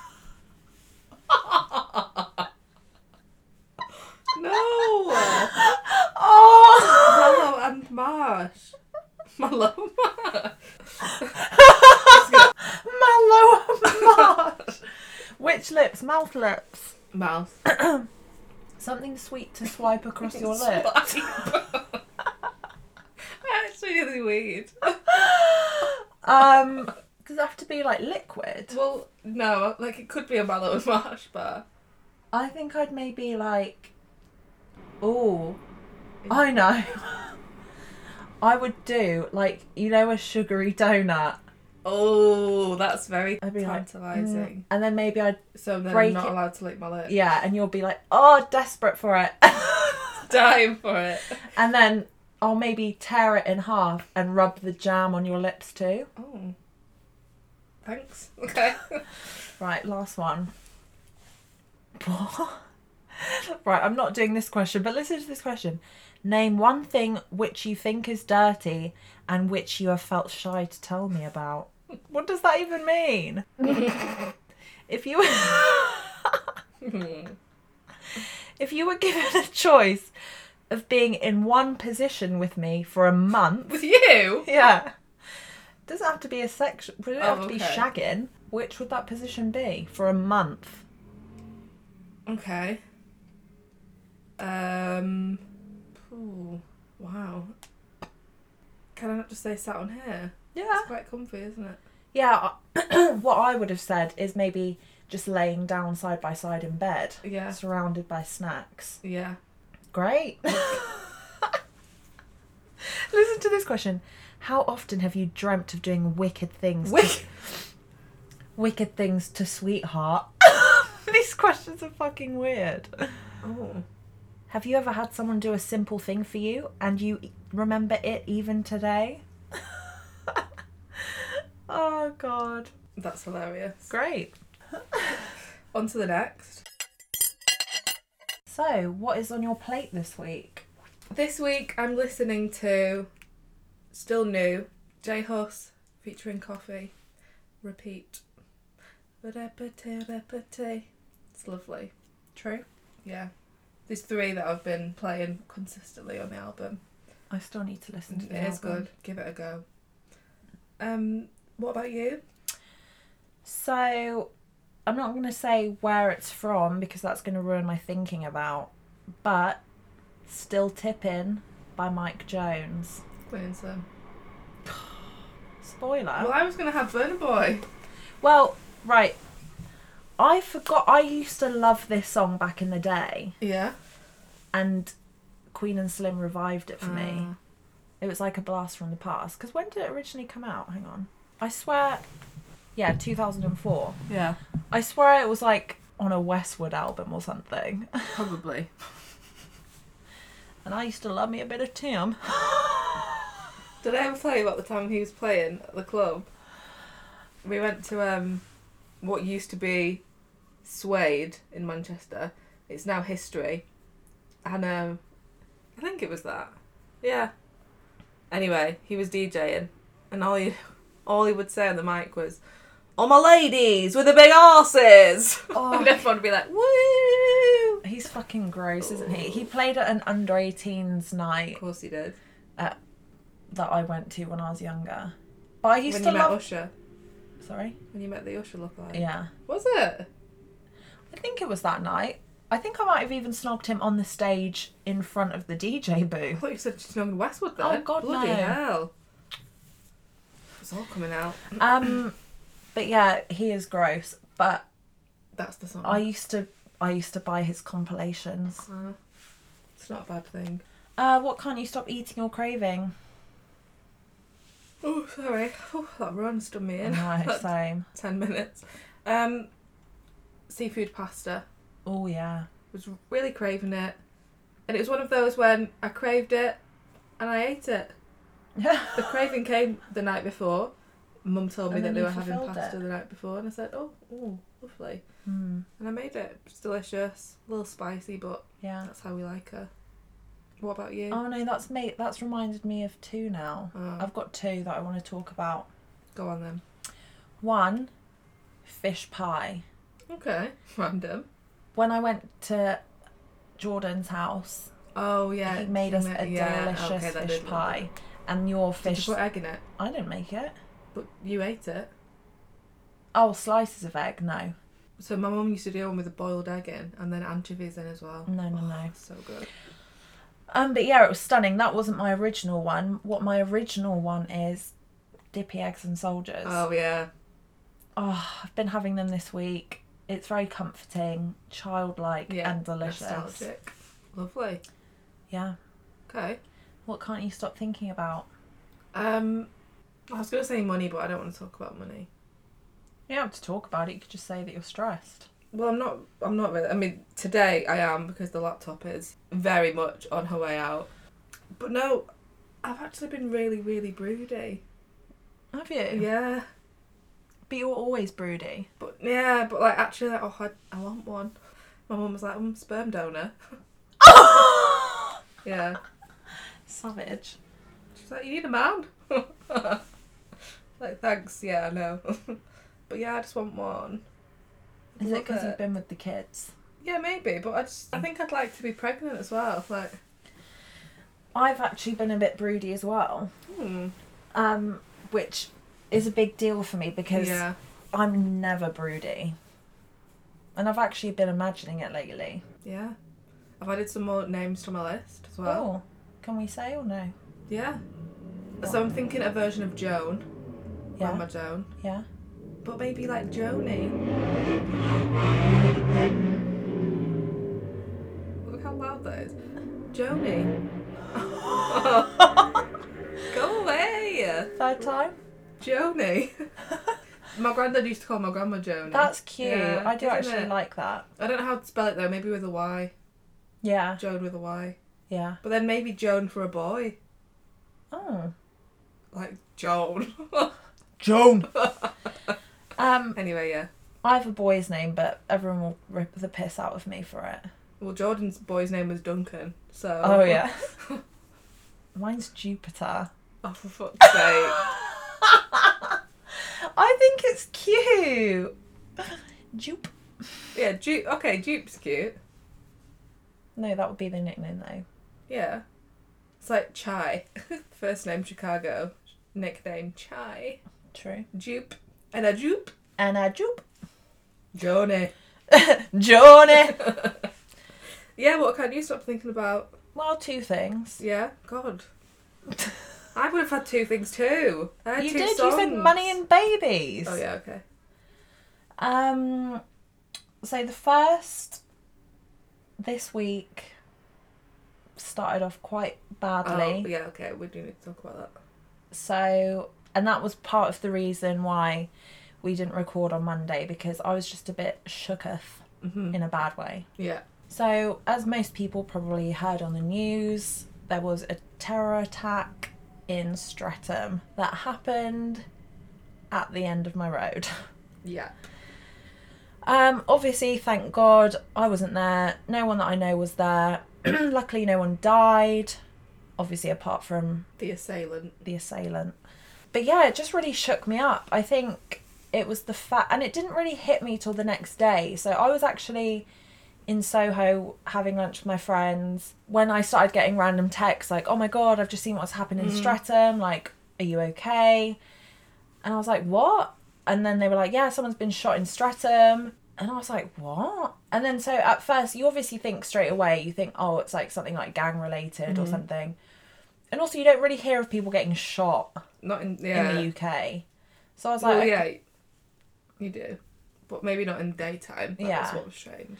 [SPEAKER 2] no!
[SPEAKER 1] Oh.
[SPEAKER 2] Mallow and marsh. Mallow and marsh.
[SPEAKER 1] Mallow and Marsh. Which lips? Mouth lips.
[SPEAKER 2] Mouth.
[SPEAKER 1] Something sweet to swipe across your
[SPEAKER 2] Swipe.
[SPEAKER 1] lip.
[SPEAKER 2] That's really weird.
[SPEAKER 1] Um, does it have to be like liquid?
[SPEAKER 2] Well, no, like it could be a Mallow and marsh bar.
[SPEAKER 1] I think I'd maybe like. Oh, I know. I would do like you know a sugary donut.
[SPEAKER 2] Oh, that's very
[SPEAKER 1] I'd be like,
[SPEAKER 2] tantalising.
[SPEAKER 1] Mm. And then maybe I'd
[SPEAKER 2] So then
[SPEAKER 1] Break
[SPEAKER 2] I'm not
[SPEAKER 1] it.
[SPEAKER 2] allowed to lick my lips.
[SPEAKER 1] yeah, and you'll be like, oh, desperate for it.
[SPEAKER 2] Dying for it.
[SPEAKER 1] and then I'll maybe tear it in half and rub the jam on your lips too.
[SPEAKER 2] Oh. Thanks. Okay.
[SPEAKER 1] Right, last one. What? right, I'm not doing this question, but listen to this question. Name one thing which you think is dirty and which you have felt shy to tell me about. What does that even mean? if you if you were given a choice of being in one position with me for a month,
[SPEAKER 2] With you?
[SPEAKER 1] yeah. Doesn't have to be a sex. Would it
[SPEAKER 2] Oh,
[SPEAKER 1] have to be
[SPEAKER 2] okay.
[SPEAKER 1] shagging? Which would that position be for a month?
[SPEAKER 2] Okay. Um. Ooh, wow. Can I not just say sat on here?
[SPEAKER 1] Yeah.
[SPEAKER 2] It's quite comfy, isn't it?
[SPEAKER 1] Yeah, I- what I would have said is maybe just laying down side by side in bed,
[SPEAKER 2] Yeah.
[SPEAKER 1] surrounded by snacks.
[SPEAKER 2] Yeah.
[SPEAKER 1] Great. Listen to this question. How often have you dreamt of doing wicked things?
[SPEAKER 2] Wick.
[SPEAKER 1] wicked things to sweetheart. These questions are fucking weird.
[SPEAKER 2] Oh.
[SPEAKER 1] Have you ever had someone do a simple thing for you and you e- remember it even today? oh god.
[SPEAKER 2] That's hilarious.
[SPEAKER 1] Great.
[SPEAKER 2] On to the next.
[SPEAKER 1] So, what is on your plate this week?
[SPEAKER 2] This week I'm listening to Still New, J Huss featuring Coffee. Repeat. It's lovely.
[SPEAKER 1] True.
[SPEAKER 2] Yeah. There's three that I've been playing consistently on the album.
[SPEAKER 1] I still need to listen to
[SPEAKER 2] It
[SPEAKER 1] the
[SPEAKER 2] is
[SPEAKER 1] album.
[SPEAKER 2] good. Give it a go. Um, what about you?
[SPEAKER 1] So, I'm not going to say where it's from because that's going to ruin my thinking about, but Still Tipping by Mike Jones.
[SPEAKER 2] Playing some.
[SPEAKER 1] Spoiler. Uh,
[SPEAKER 2] Well, I was gonna have Burner Boy.
[SPEAKER 1] Well, right. I forgot I used to love this song back in the day
[SPEAKER 2] Yeah.
[SPEAKER 1] and Queen and Slim revived it for me. It was like a blast from the past. Because when did it originally come out? Hang on. I swear. Yeah, 2004.
[SPEAKER 2] Yeah.
[SPEAKER 1] I swear it was like on a Westwood album or something.
[SPEAKER 2] Probably.
[SPEAKER 1] And I used to love me a bit of Tim.
[SPEAKER 2] Did I ever tell you about the time he was playing at the club? We went to um, what used to be Suede in Manchester. It's now history. And um, I think it was that. Yeah. Anyway, he was DJing, and all he all he would say on the mic was, "All my ladies with the big asses,"
[SPEAKER 1] Oh.
[SPEAKER 2] and everyone would be like, "Woo!"
[SPEAKER 1] He's fucking gross, isn't he? He played at an under 18s night
[SPEAKER 2] Of course he did.
[SPEAKER 1] that I went to when I was younger. But I used
[SPEAKER 2] when
[SPEAKER 1] to
[SPEAKER 2] you met
[SPEAKER 1] love.
[SPEAKER 2] Usher,
[SPEAKER 1] Sorry?
[SPEAKER 2] when you met the Usher lookalike,
[SPEAKER 1] Yeah.
[SPEAKER 2] was it?
[SPEAKER 1] I think it was that night. I think I might have even snogged him on the stage in front of the DJ
[SPEAKER 2] I
[SPEAKER 1] booth.
[SPEAKER 2] thought you said she's known Westwood then.
[SPEAKER 1] Oh, God,
[SPEAKER 2] Bloody
[SPEAKER 1] no.
[SPEAKER 2] hell. It's all coming out.
[SPEAKER 1] Um, but yeah, he is gross. But
[SPEAKER 2] That's the song.
[SPEAKER 1] I used to, I used to buy his compilations.
[SPEAKER 2] Uh, it's not a bad thing.
[SPEAKER 1] Uh, what can't you stop eating or craving?
[SPEAKER 2] Oh, sorry. Oh, that run's done me in.
[SPEAKER 1] No,
[SPEAKER 2] That's
[SPEAKER 1] same.
[SPEAKER 2] Ten minutes. Um, seafood pasta.
[SPEAKER 1] Oh yeah.
[SPEAKER 2] Was really craving it, and it was one of those when I craved it, and I ate it. The craving came the night before. Mum told me
[SPEAKER 1] And
[SPEAKER 2] that
[SPEAKER 1] then
[SPEAKER 2] they
[SPEAKER 1] you
[SPEAKER 2] were having
[SPEAKER 1] fulfilled
[SPEAKER 2] pasta
[SPEAKER 1] it.
[SPEAKER 2] the night before, and I said, "Oh, oh, lovely."
[SPEAKER 1] Hmm.
[SPEAKER 2] And I made it. It's delicious. A little spicy, but
[SPEAKER 1] yeah.
[SPEAKER 2] That's how we like her. What about you?
[SPEAKER 1] Oh no, that's me. That's reminded me of two now.
[SPEAKER 2] Oh,
[SPEAKER 1] I've got two that I want to talk about.
[SPEAKER 2] go on then.
[SPEAKER 1] One, fish pie.
[SPEAKER 2] Okay. Random.
[SPEAKER 1] When I went to Jordan's house,
[SPEAKER 2] Oh yeah.
[SPEAKER 1] he made us a
[SPEAKER 2] yeah, okay,
[SPEAKER 1] delicious
[SPEAKER 2] that did
[SPEAKER 1] fish
[SPEAKER 2] look
[SPEAKER 1] pie, and your
[SPEAKER 2] good.
[SPEAKER 1] fish.
[SPEAKER 2] Did you put egg in it?
[SPEAKER 1] I didn't make it.
[SPEAKER 2] But you ate it.
[SPEAKER 1] Oh, slices of egg. No,
[SPEAKER 2] So my mum used to do one with a boiled egg in, and then anchovies in as well. Oh,
[SPEAKER 1] no, no, no.
[SPEAKER 2] So good.
[SPEAKER 1] Um, but yeah, it was stunning. That wasn't my original one. What my original one is, dippy eggs and soldiers.
[SPEAKER 2] Oh yeah.
[SPEAKER 1] Oh, I've been having them this week. It's very comforting, childlike,
[SPEAKER 2] Yeah.
[SPEAKER 1] and delicious.
[SPEAKER 2] Nostalgic. Lovely.
[SPEAKER 1] Yeah.
[SPEAKER 2] Okay.
[SPEAKER 1] What can't you stop thinking about?
[SPEAKER 2] Um, I was gonna say money, but I don't want to talk about money.
[SPEAKER 1] You don't have to talk about it. You could just say that you're stressed.
[SPEAKER 2] Well, I'm not. I'm not really. I mean, today I am because the laptop is very much on her way out. But no, I've actually been really, really broody.
[SPEAKER 1] Have you?
[SPEAKER 2] Yeah,
[SPEAKER 1] But you're always broody.
[SPEAKER 2] but yeah, but like actually, like, oh, I, I want one. My mum was like, um, sperm donor. Yeah.
[SPEAKER 1] Savage.
[SPEAKER 2] She's like, you need a man. like, thanks. Yeah, I know. but yeah, I just want one.
[SPEAKER 1] Is
[SPEAKER 2] Love
[SPEAKER 1] it because
[SPEAKER 2] it.
[SPEAKER 1] you've been with the kids?
[SPEAKER 2] Yeah, maybe. But I just, I think I'd like to be pregnant as well. Like,
[SPEAKER 1] I've actually been a bit broody as well,
[SPEAKER 2] hmm.
[SPEAKER 1] um, which is a big deal for me because
[SPEAKER 2] Yeah.
[SPEAKER 1] I'm never broody. And I've actually been imagining it lately.
[SPEAKER 2] Yeah. I've added some more names to my list as
[SPEAKER 1] oh,
[SPEAKER 2] well.
[SPEAKER 1] can we say or no?
[SPEAKER 2] Yeah. So I'm thinking a version of Joan,
[SPEAKER 1] Yeah.
[SPEAKER 2] Grandma Joan,
[SPEAKER 1] Yeah.
[SPEAKER 2] but maybe like Joni. Look how loud that is. Joni, go away,
[SPEAKER 1] Third time?
[SPEAKER 2] Joni. my granddad used to call my grandma Joni.
[SPEAKER 1] That's cute.
[SPEAKER 2] Yeah,
[SPEAKER 1] I do
[SPEAKER 2] isn't
[SPEAKER 1] actually
[SPEAKER 2] it?
[SPEAKER 1] like that.
[SPEAKER 2] I don't know how to spell it though. Maybe with a Y,
[SPEAKER 1] Yeah.
[SPEAKER 2] Joan with a Y.
[SPEAKER 1] Yeah.
[SPEAKER 2] But then maybe Joan for a boy,
[SPEAKER 1] Oh.
[SPEAKER 2] like Joan.
[SPEAKER 1] Joan! um,
[SPEAKER 2] anyway, yeah.
[SPEAKER 1] I have a boy's name, but everyone will rip the piss out of me for it.
[SPEAKER 2] Well, Jordan's boy's name was Duncan, so.
[SPEAKER 1] Oh, yeah. Mine's Jupiter.
[SPEAKER 2] Oh, for fuck's sake.
[SPEAKER 1] I think it's cute. Jupe.
[SPEAKER 2] Yeah, Dupe. Okay, Dupe's cute.
[SPEAKER 1] No, that would be the nickname though.
[SPEAKER 2] Yeah. It's like Chai. First name Chicago. Nickname Chai.
[SPEAKER 1] True.
[SPEAKER 2] Dupe. And a Dupe.
[SPEAKER 1] And a Jupe.
[SPEAKER 2] Johnny.
[SPEAKER 1] Johnny.
[SPEAKER 2] Yeah, what can you stop thinking about?
[SPEAKER 1] Well, two things.
[SPEAKER 2] Yeah, God. I would have had two things too. I had
[SPEAKER 1] you
[SPEAKER 2] two
[SPEAKER 1] did.
[SPEAKER 2] songs.
[SPEAKER 1] You said money and babies.
[SPEAKER 2] Oh, yeah, okay.
[SPEAKER 1] Um. So the first this week started off quite badly.
[SPEAKER 2] Oh, yeah, okay. We do need to talk about that.
[SPEAKER 1] So, and that was part of the reason why we didn't record on Monday because I was just a bit shooketh
[SPEAKER 2] Mhm.
[SPEAKER 1] in a bad way.
[SPEAKER 2] Yeah.
[SPEAKER 1] So, as most people probably heard on the news, there was a terror attack in Streatham that happened at the end of my road.
[SPEAKER 2] Yeah.
[SPEAKER 1] Um, obviously, thank God I wasn't there. No one that I know was there. Luckily, no one died, obviously, apart from
[SPEAKER 2] The assailant.
[SPEAKER 1] the assailant. But yeah, it just really shook me up. I think it was the fact, and it didn't really hit me till the next day. So I was actually in Soho having lunch with my friends when I started getting random texts like, oh my God, I've just seen what's happened in Streatham. Like, are you okay? And I was like, what? And then they were like, yeah, someone's been shot in Streatham. And I was like, what? And then so at first, you obviously think straight away, you think, oh, it's like something like gang related or something. And also, you don't really hear of people getting shot
[SPEAKER 2] Not in. Yeah.
[SPEAKER 1] in the UK. So I was like,
[SPEAKER 2] Well,
[SPEAKER 1] okay.
[SPEAKER 2] yeah. You do. But maybe not in daytime. That was
[SPEAKER 1] Yeah.
[SPEAKER 2] what was strange.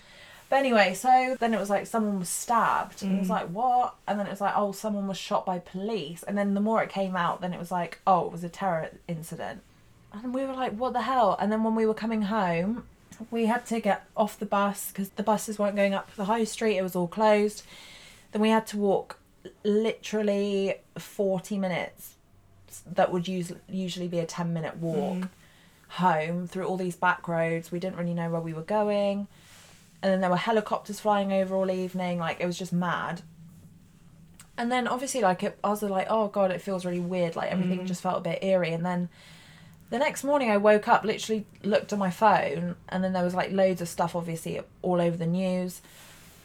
[SPEAKER 1] But anyway, so then it was like someone was stabbed, and it
[SPEAKER 2] Mm.
[SPEAKER 1] was like what? And then it was like oh, someone was shot by police, and then the more it came out, then it was like oh, it was a terror incident, and we were like what the hell? And then when we were coming home, we had to get off the bus because the buses weren't going up the high street; it was all closed. Then we had to walk literally forty minutes. That would us- usually be a ten minute walk home through all these back roads. We didn't really know where we were going and then there were helicopters flying over all evening like it was just mad and then obviously like it, i was like oh god it feels really weird like everything
[SPEAKER 2] Mm.
[SPEAKER 1] just felt a bit eerie and then the next morning i woke up literally looked at my phone and then there was like loads of stuff obviously all over the news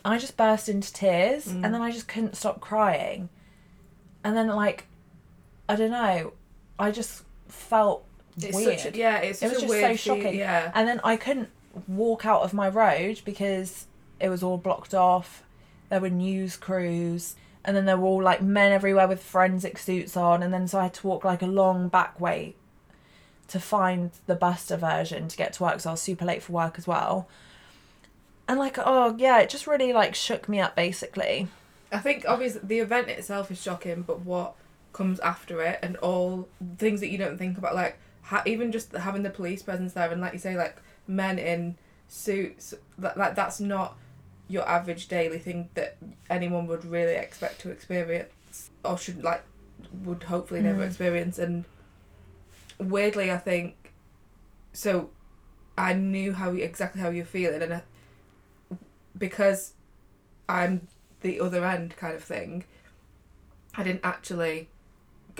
[SPEAKER 1] i just burst into tears
[SPEAKER 2] Mm.
[SPEAKER 1] and then i just couldn't stop crying and then like i don't know i just felt
[SPEAKER 2] It's
[SPEAKER 1] weird
[SPEAKER 2] such a, yeah, it's
[SPEAKER 1] it
[SPEAKER 2] such
[SPEAKER 1] was
[SPEAKER 2] a
[SPEAKER 1] just
[SPEAKER 2] weird
[SPEAKER 1] so shocking.
[SPEAKER 2] feel- Yeah.
[SPEAKER 1] And then I couldn't walk out of my road because it was all blocked off. There were news crews, and then there were all like men everywhere with forensic suits on. And then so I had to walk like a long back way to find the Buster version to get to work. So I was super late for work as well. And like, oh yeah, it just really like shook me up basically.
[SPEAKER 2] I think obviously the event itself is shocking, but what comes after it and all things that you don't think about, like ha- even just having the police presence there and like you say, like men in suits, that like that's not your average daily thing that anyone would really expect to experience or should like would hopefully never experience. And weirdly, I think so. I knew how you, exactly how you're feeling, and I, uh, because I'm the other end kind of thing, I didn't actually.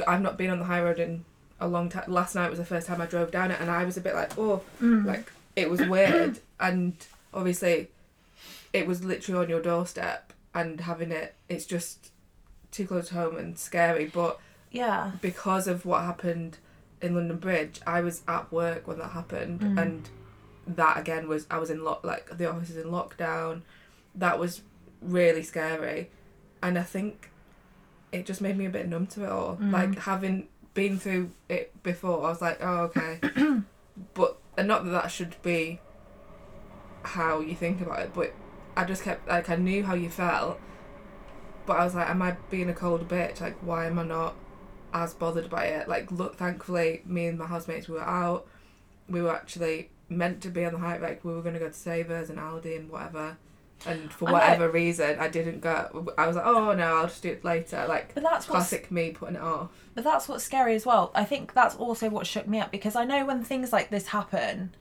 [SPEAKER 2] I've not been on the high road in a long time. Last night was the first time I drove down it, and I was a bit like, oh, like it was weird. and obviously, it was literally on your doorstep, and having it, it's just too close to home and scary. But
[SPEAKER 1] Yeah.
[SPEAKER 2] because of what happened in London Bridge, I was at work when that happened, and that again was I was in lock like the office is in lockdown. That was really scary, and I think it just made me a bit numb to it all. Like having been through it before, I was like, oh okay, but and not that that should be how you think about it, but I just kept like I knew how you felt. But I was like, am I being a cold bitch? Like, why am I not as bothered by it. Like, look, thankfully, me and my housemates we were out. We were actually meant to be on the hike. Like, we were going to go to Savers and Aldi and whatever. And for
[SPEAKER 1] And I-
[SPEAKER 2] whatever reason, I didn't go. I was like, oh no, I'll just do it later. Like,
[SPEAKER 1] But that's what's
[SPEAKER 2] classic me putting it off.
[SPEAKER 1] But that's what's scary as well. I think that's also what shook me up because I know when things like this happen,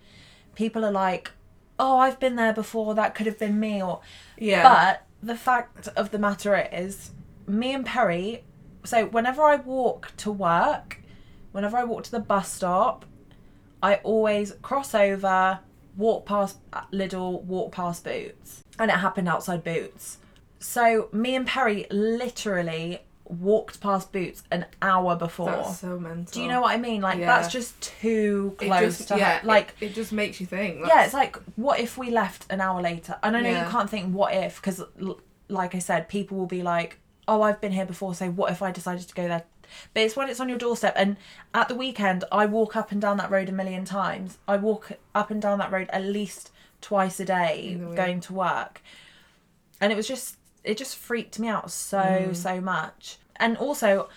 [SPEAKER 1] people are like, "Oh, I've been there before. That could have been me." Or
[SPEAKER 2] Yeah.
[SPEAKER 1] but the fact of the matter is, me and Perry. So whenever I walk to work, whenever I walk to the bus stop, I always cross over, walk past Lidl, walk past Boots, and it happened outside Boots. So me and Perry literally walked past Boots an hour before.
[SPEAKER 2] that's so mental.
[SPEAKER 1] Do you know what I mean? Like
[SPEAKER 2] Yeah.
[SPEAKER 1] that's just too
[SPEAKER 2] It
[SPEAKER 1] close
[SPEAKER 2] just,
[SPEAKER 1] to
[SPEAKER 2] yeah,
[SPEAKER 1] ha- like
[SPEAKER 2] it, it just makes you think.
[SPEAKER 1] yeah, it's like what if we left an hour later? And I know
[SPEAKER 2] Yeah.
[SPEAKER 1] you can't think what if because l- like I said, people will be like, "Oh, I've been here before, so what if I decided to go there?" But it's when it's on your doorstep and at the weekend I walk up and down that road a million times. I walk up and down that road at least twice a day
[SPEAKER 2] In the week.
[SPEAKER 1] going to work. And it was just it just freaked me out so
[SPEAKER 2] Mm.
[SPEAKER 1] so much. And also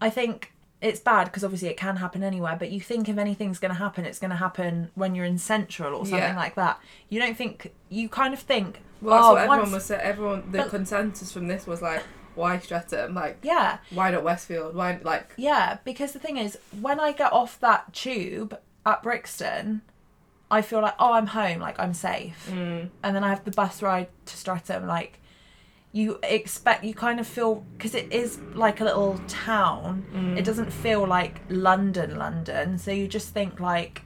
[SPEAKER 1] I think it's bad because obviously it can happen anywhere, but you think if anything's going to happen, it's going to happen when you're in Central or something
[SPEAKER 2] Yeah.
[SPEAKER 1] like that. You don't think, you kind of think,
[SPEAKER 2] Well, that's
[SPEAKER 1] oh,
[SPEAKER 2] what everyone
[SPEAKER 1] once-
[SPEAKER 2] was saying. Everyone, the
[SPEAKER 1] But-
[SPEAKER 2] consensus from this was like, why Streatham? Like,
[SPEAKER 1] yeah,
[SPEAKER 2] why not Westfield? Why, like,
[SPEAKER 1] yeah. Because the thing is, when I get off that tube at Brixton, I feel like, oh, I'm home, like I'm safe.
[SPEAKER 2] mm,
[SPEAKER 1] And then I have the bus ride to Streatham, like you expect, you kind of feel, because it is like a little town.
[SPEAKER 2] mm.
[SPEAKER 1] It doesn't feel like London, London. So you just think like,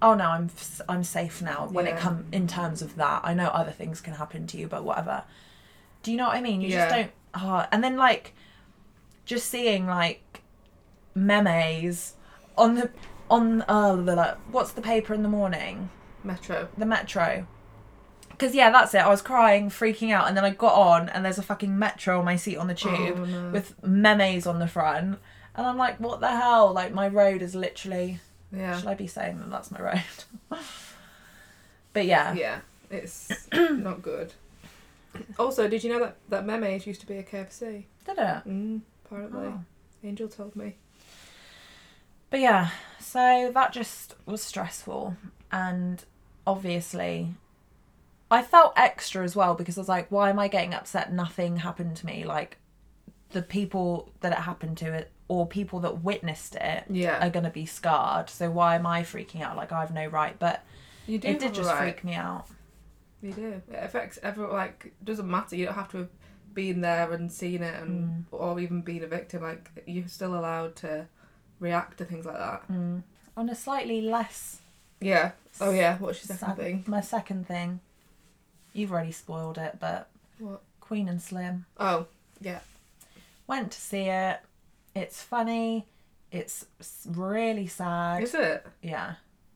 [SPEAKER 1] oh no, I'm f- I'm safe now. When
[SPEAKER 2] Yeah.
[SPEAKER 1] it come in terms of that, I know other things can happen to you, but whatever. Do you know what I mean? You
[SPEAKER 2] Yeah.
[SPEAKER 1] just don't. Oh, and then like, just seeing like memes on the on uh the, like, what's the paper in the morning?
[SPEAKER 2] Metro.
[SPEAKER 1] The Metro. Cause yeah, that's it. I was crying, freaking out, and then I got on, and there's a fucking Metro on my seat on the tube
[SPEAKER 2] Oh, no.
[SPEAKER 1] with memes on the front. And I'm like, what the hell? Like, my road is literally.
[SPEAKER 2] yeah.
[SPEAKER 1] Should I be saying that that's my road? but yeah.
[SPEAKER 2] Yeah, it's not good. Also, did you know that that Memes used to be a KFC?
[SPEAKER 1] Did it?
[SPEAKER 2] Mm, apparently,
[SPEAKER 1] Oh.
[SPEAKER 2] Angel told me.
[SPEAKER 1] But yeah, so that just was stressful. And obviously, I felt extra as well because I was like, why am I getting upset? Nothing happened to me. Like, the people that it happened to, or people that witnessed it,
[SPEAKER 2] Yeah,
[SPEAKER 1] are going to be scarred. So why am I freaking out? Like, I've no right. But
[SPEAKER 2] you do.
[SPEAKER 1] it
[SPEAKER 2] have
[SPEAKER 1] did
[SPEAKER 2] a
[SPEAKER 1] just
[SPEAKER 2] right.
[SPEAKER 1] freak me out.
[SPEAKER 2] You do. It affects everyone. Like, it doesn't matter. You don't have to have been there and seen it,
[SPEAKER 1] Mm.
[SPEAKER 2] and or even been a victim. Like, you're still allowed to react to things like that.
[SPEAKER 1] On a slightly less
[SPEAKER 2] Yeah. Oh yeah. What's your
[SPEAKER 1] sad-
[SPEAKER 2] second thing?
[SPEAKER 1] my second thing, you've already spoiled it, but
[SPEAKER 2] What?
[SPEAKER 1] Queen and Slim
[SPEAKER 2] Oh,
[SPEAKER 1] went to see it. It's funny. It's s- really sad.
[SPEAKER 2] is it?
[SPEAKER 1] yeah,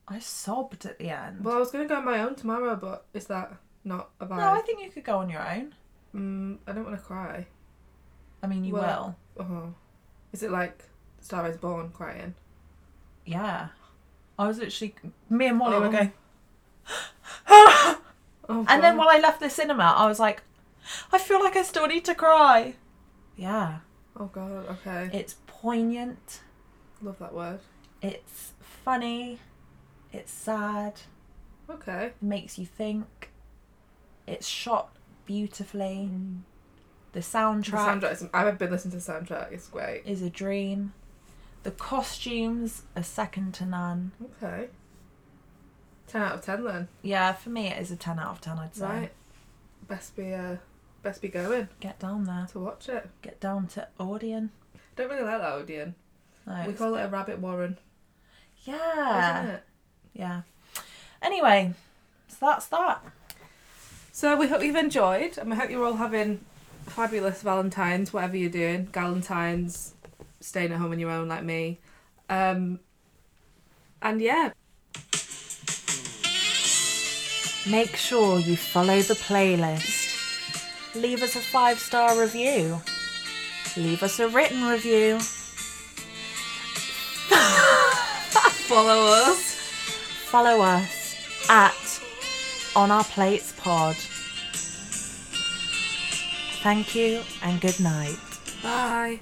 [SPEAKER 1] I sobbed at the end.
[SPEAKER 2] Well, I was gonna go on my own tomorrow, but is that not a vibe?
[SPEAKER 1] no, I think you could go on your own.
[SPEAKER 2] mm, I don't want to cry.
[SPEAKER 1] I mean, you
[SPEAKER 2] Well- Oh, is it like Star Is Born crying?
[SPEAKER 1] will. Yeah, I was literally me and Molly
[SPEAKER 2] Oh.
[SPEAKER 1] were going.
[SPEAKER 2] Oh,
[SPEAKER 1] And then
[SPEAKER 2] God.
[SPEAKER 1] when I left the cinema, I was like, I feel like I still need to cry. Yeah,
[SPEAKER 2] Oh god, okay.
[SPEAKER 1] it's poignant.
[SPEAKER 2] Love that word.
[SPEAKER 1] It's funny. It's sad.
[SPEAKER 2] Okay.
[SPEAKER 1] makes you think. It's shot beautifully. The soundtrack,
[SPEAKER 2] The soundtrack. Is, I've been listening to the soundtrack. It's great.
[SPEAKER 1] is a dream. The costumes are second to none.
[SPEAKER 2] Okay. Ten out of ten then.
[SPEAKER 1] Yeah, for me it is a 10 out of 10, I'd say.
[SPEAKER 2] Right. best be uh, best be going
[SPEAKER 1] Get down there.
[SPEAKER 2] to watch it.
[SPEAKER 1] Get down to Audion.
[SPEAKER 2] Don't really like that Odeon.
[SPEAKER 1] No,
[SPEAKER 2] We
[SPEAKER 1] it's-
[SPEAKER 2] call it a rabbit warren,
[SPEAKER 1] yeah.
[SPEAKER 2] isn't it?
[SPEAKER 1] Yeah. Anyway, so that's that.
[SPEAKER 2] So we hope you've enjoyed, and we hope you're all having fabulous Valentines, whatever you're doing. Galentines, staying at home on your own like me. Um, and yeah,
[SPEAKER 1] Make sure you follow the playlist. Leave us a five star review. Leave us a written review.
[SPEAKER 2] follow us.
[SPEAKER 1] Follow us at On Our Plates Pod. Thank you and good night.
[SPEAKER 2] Bye.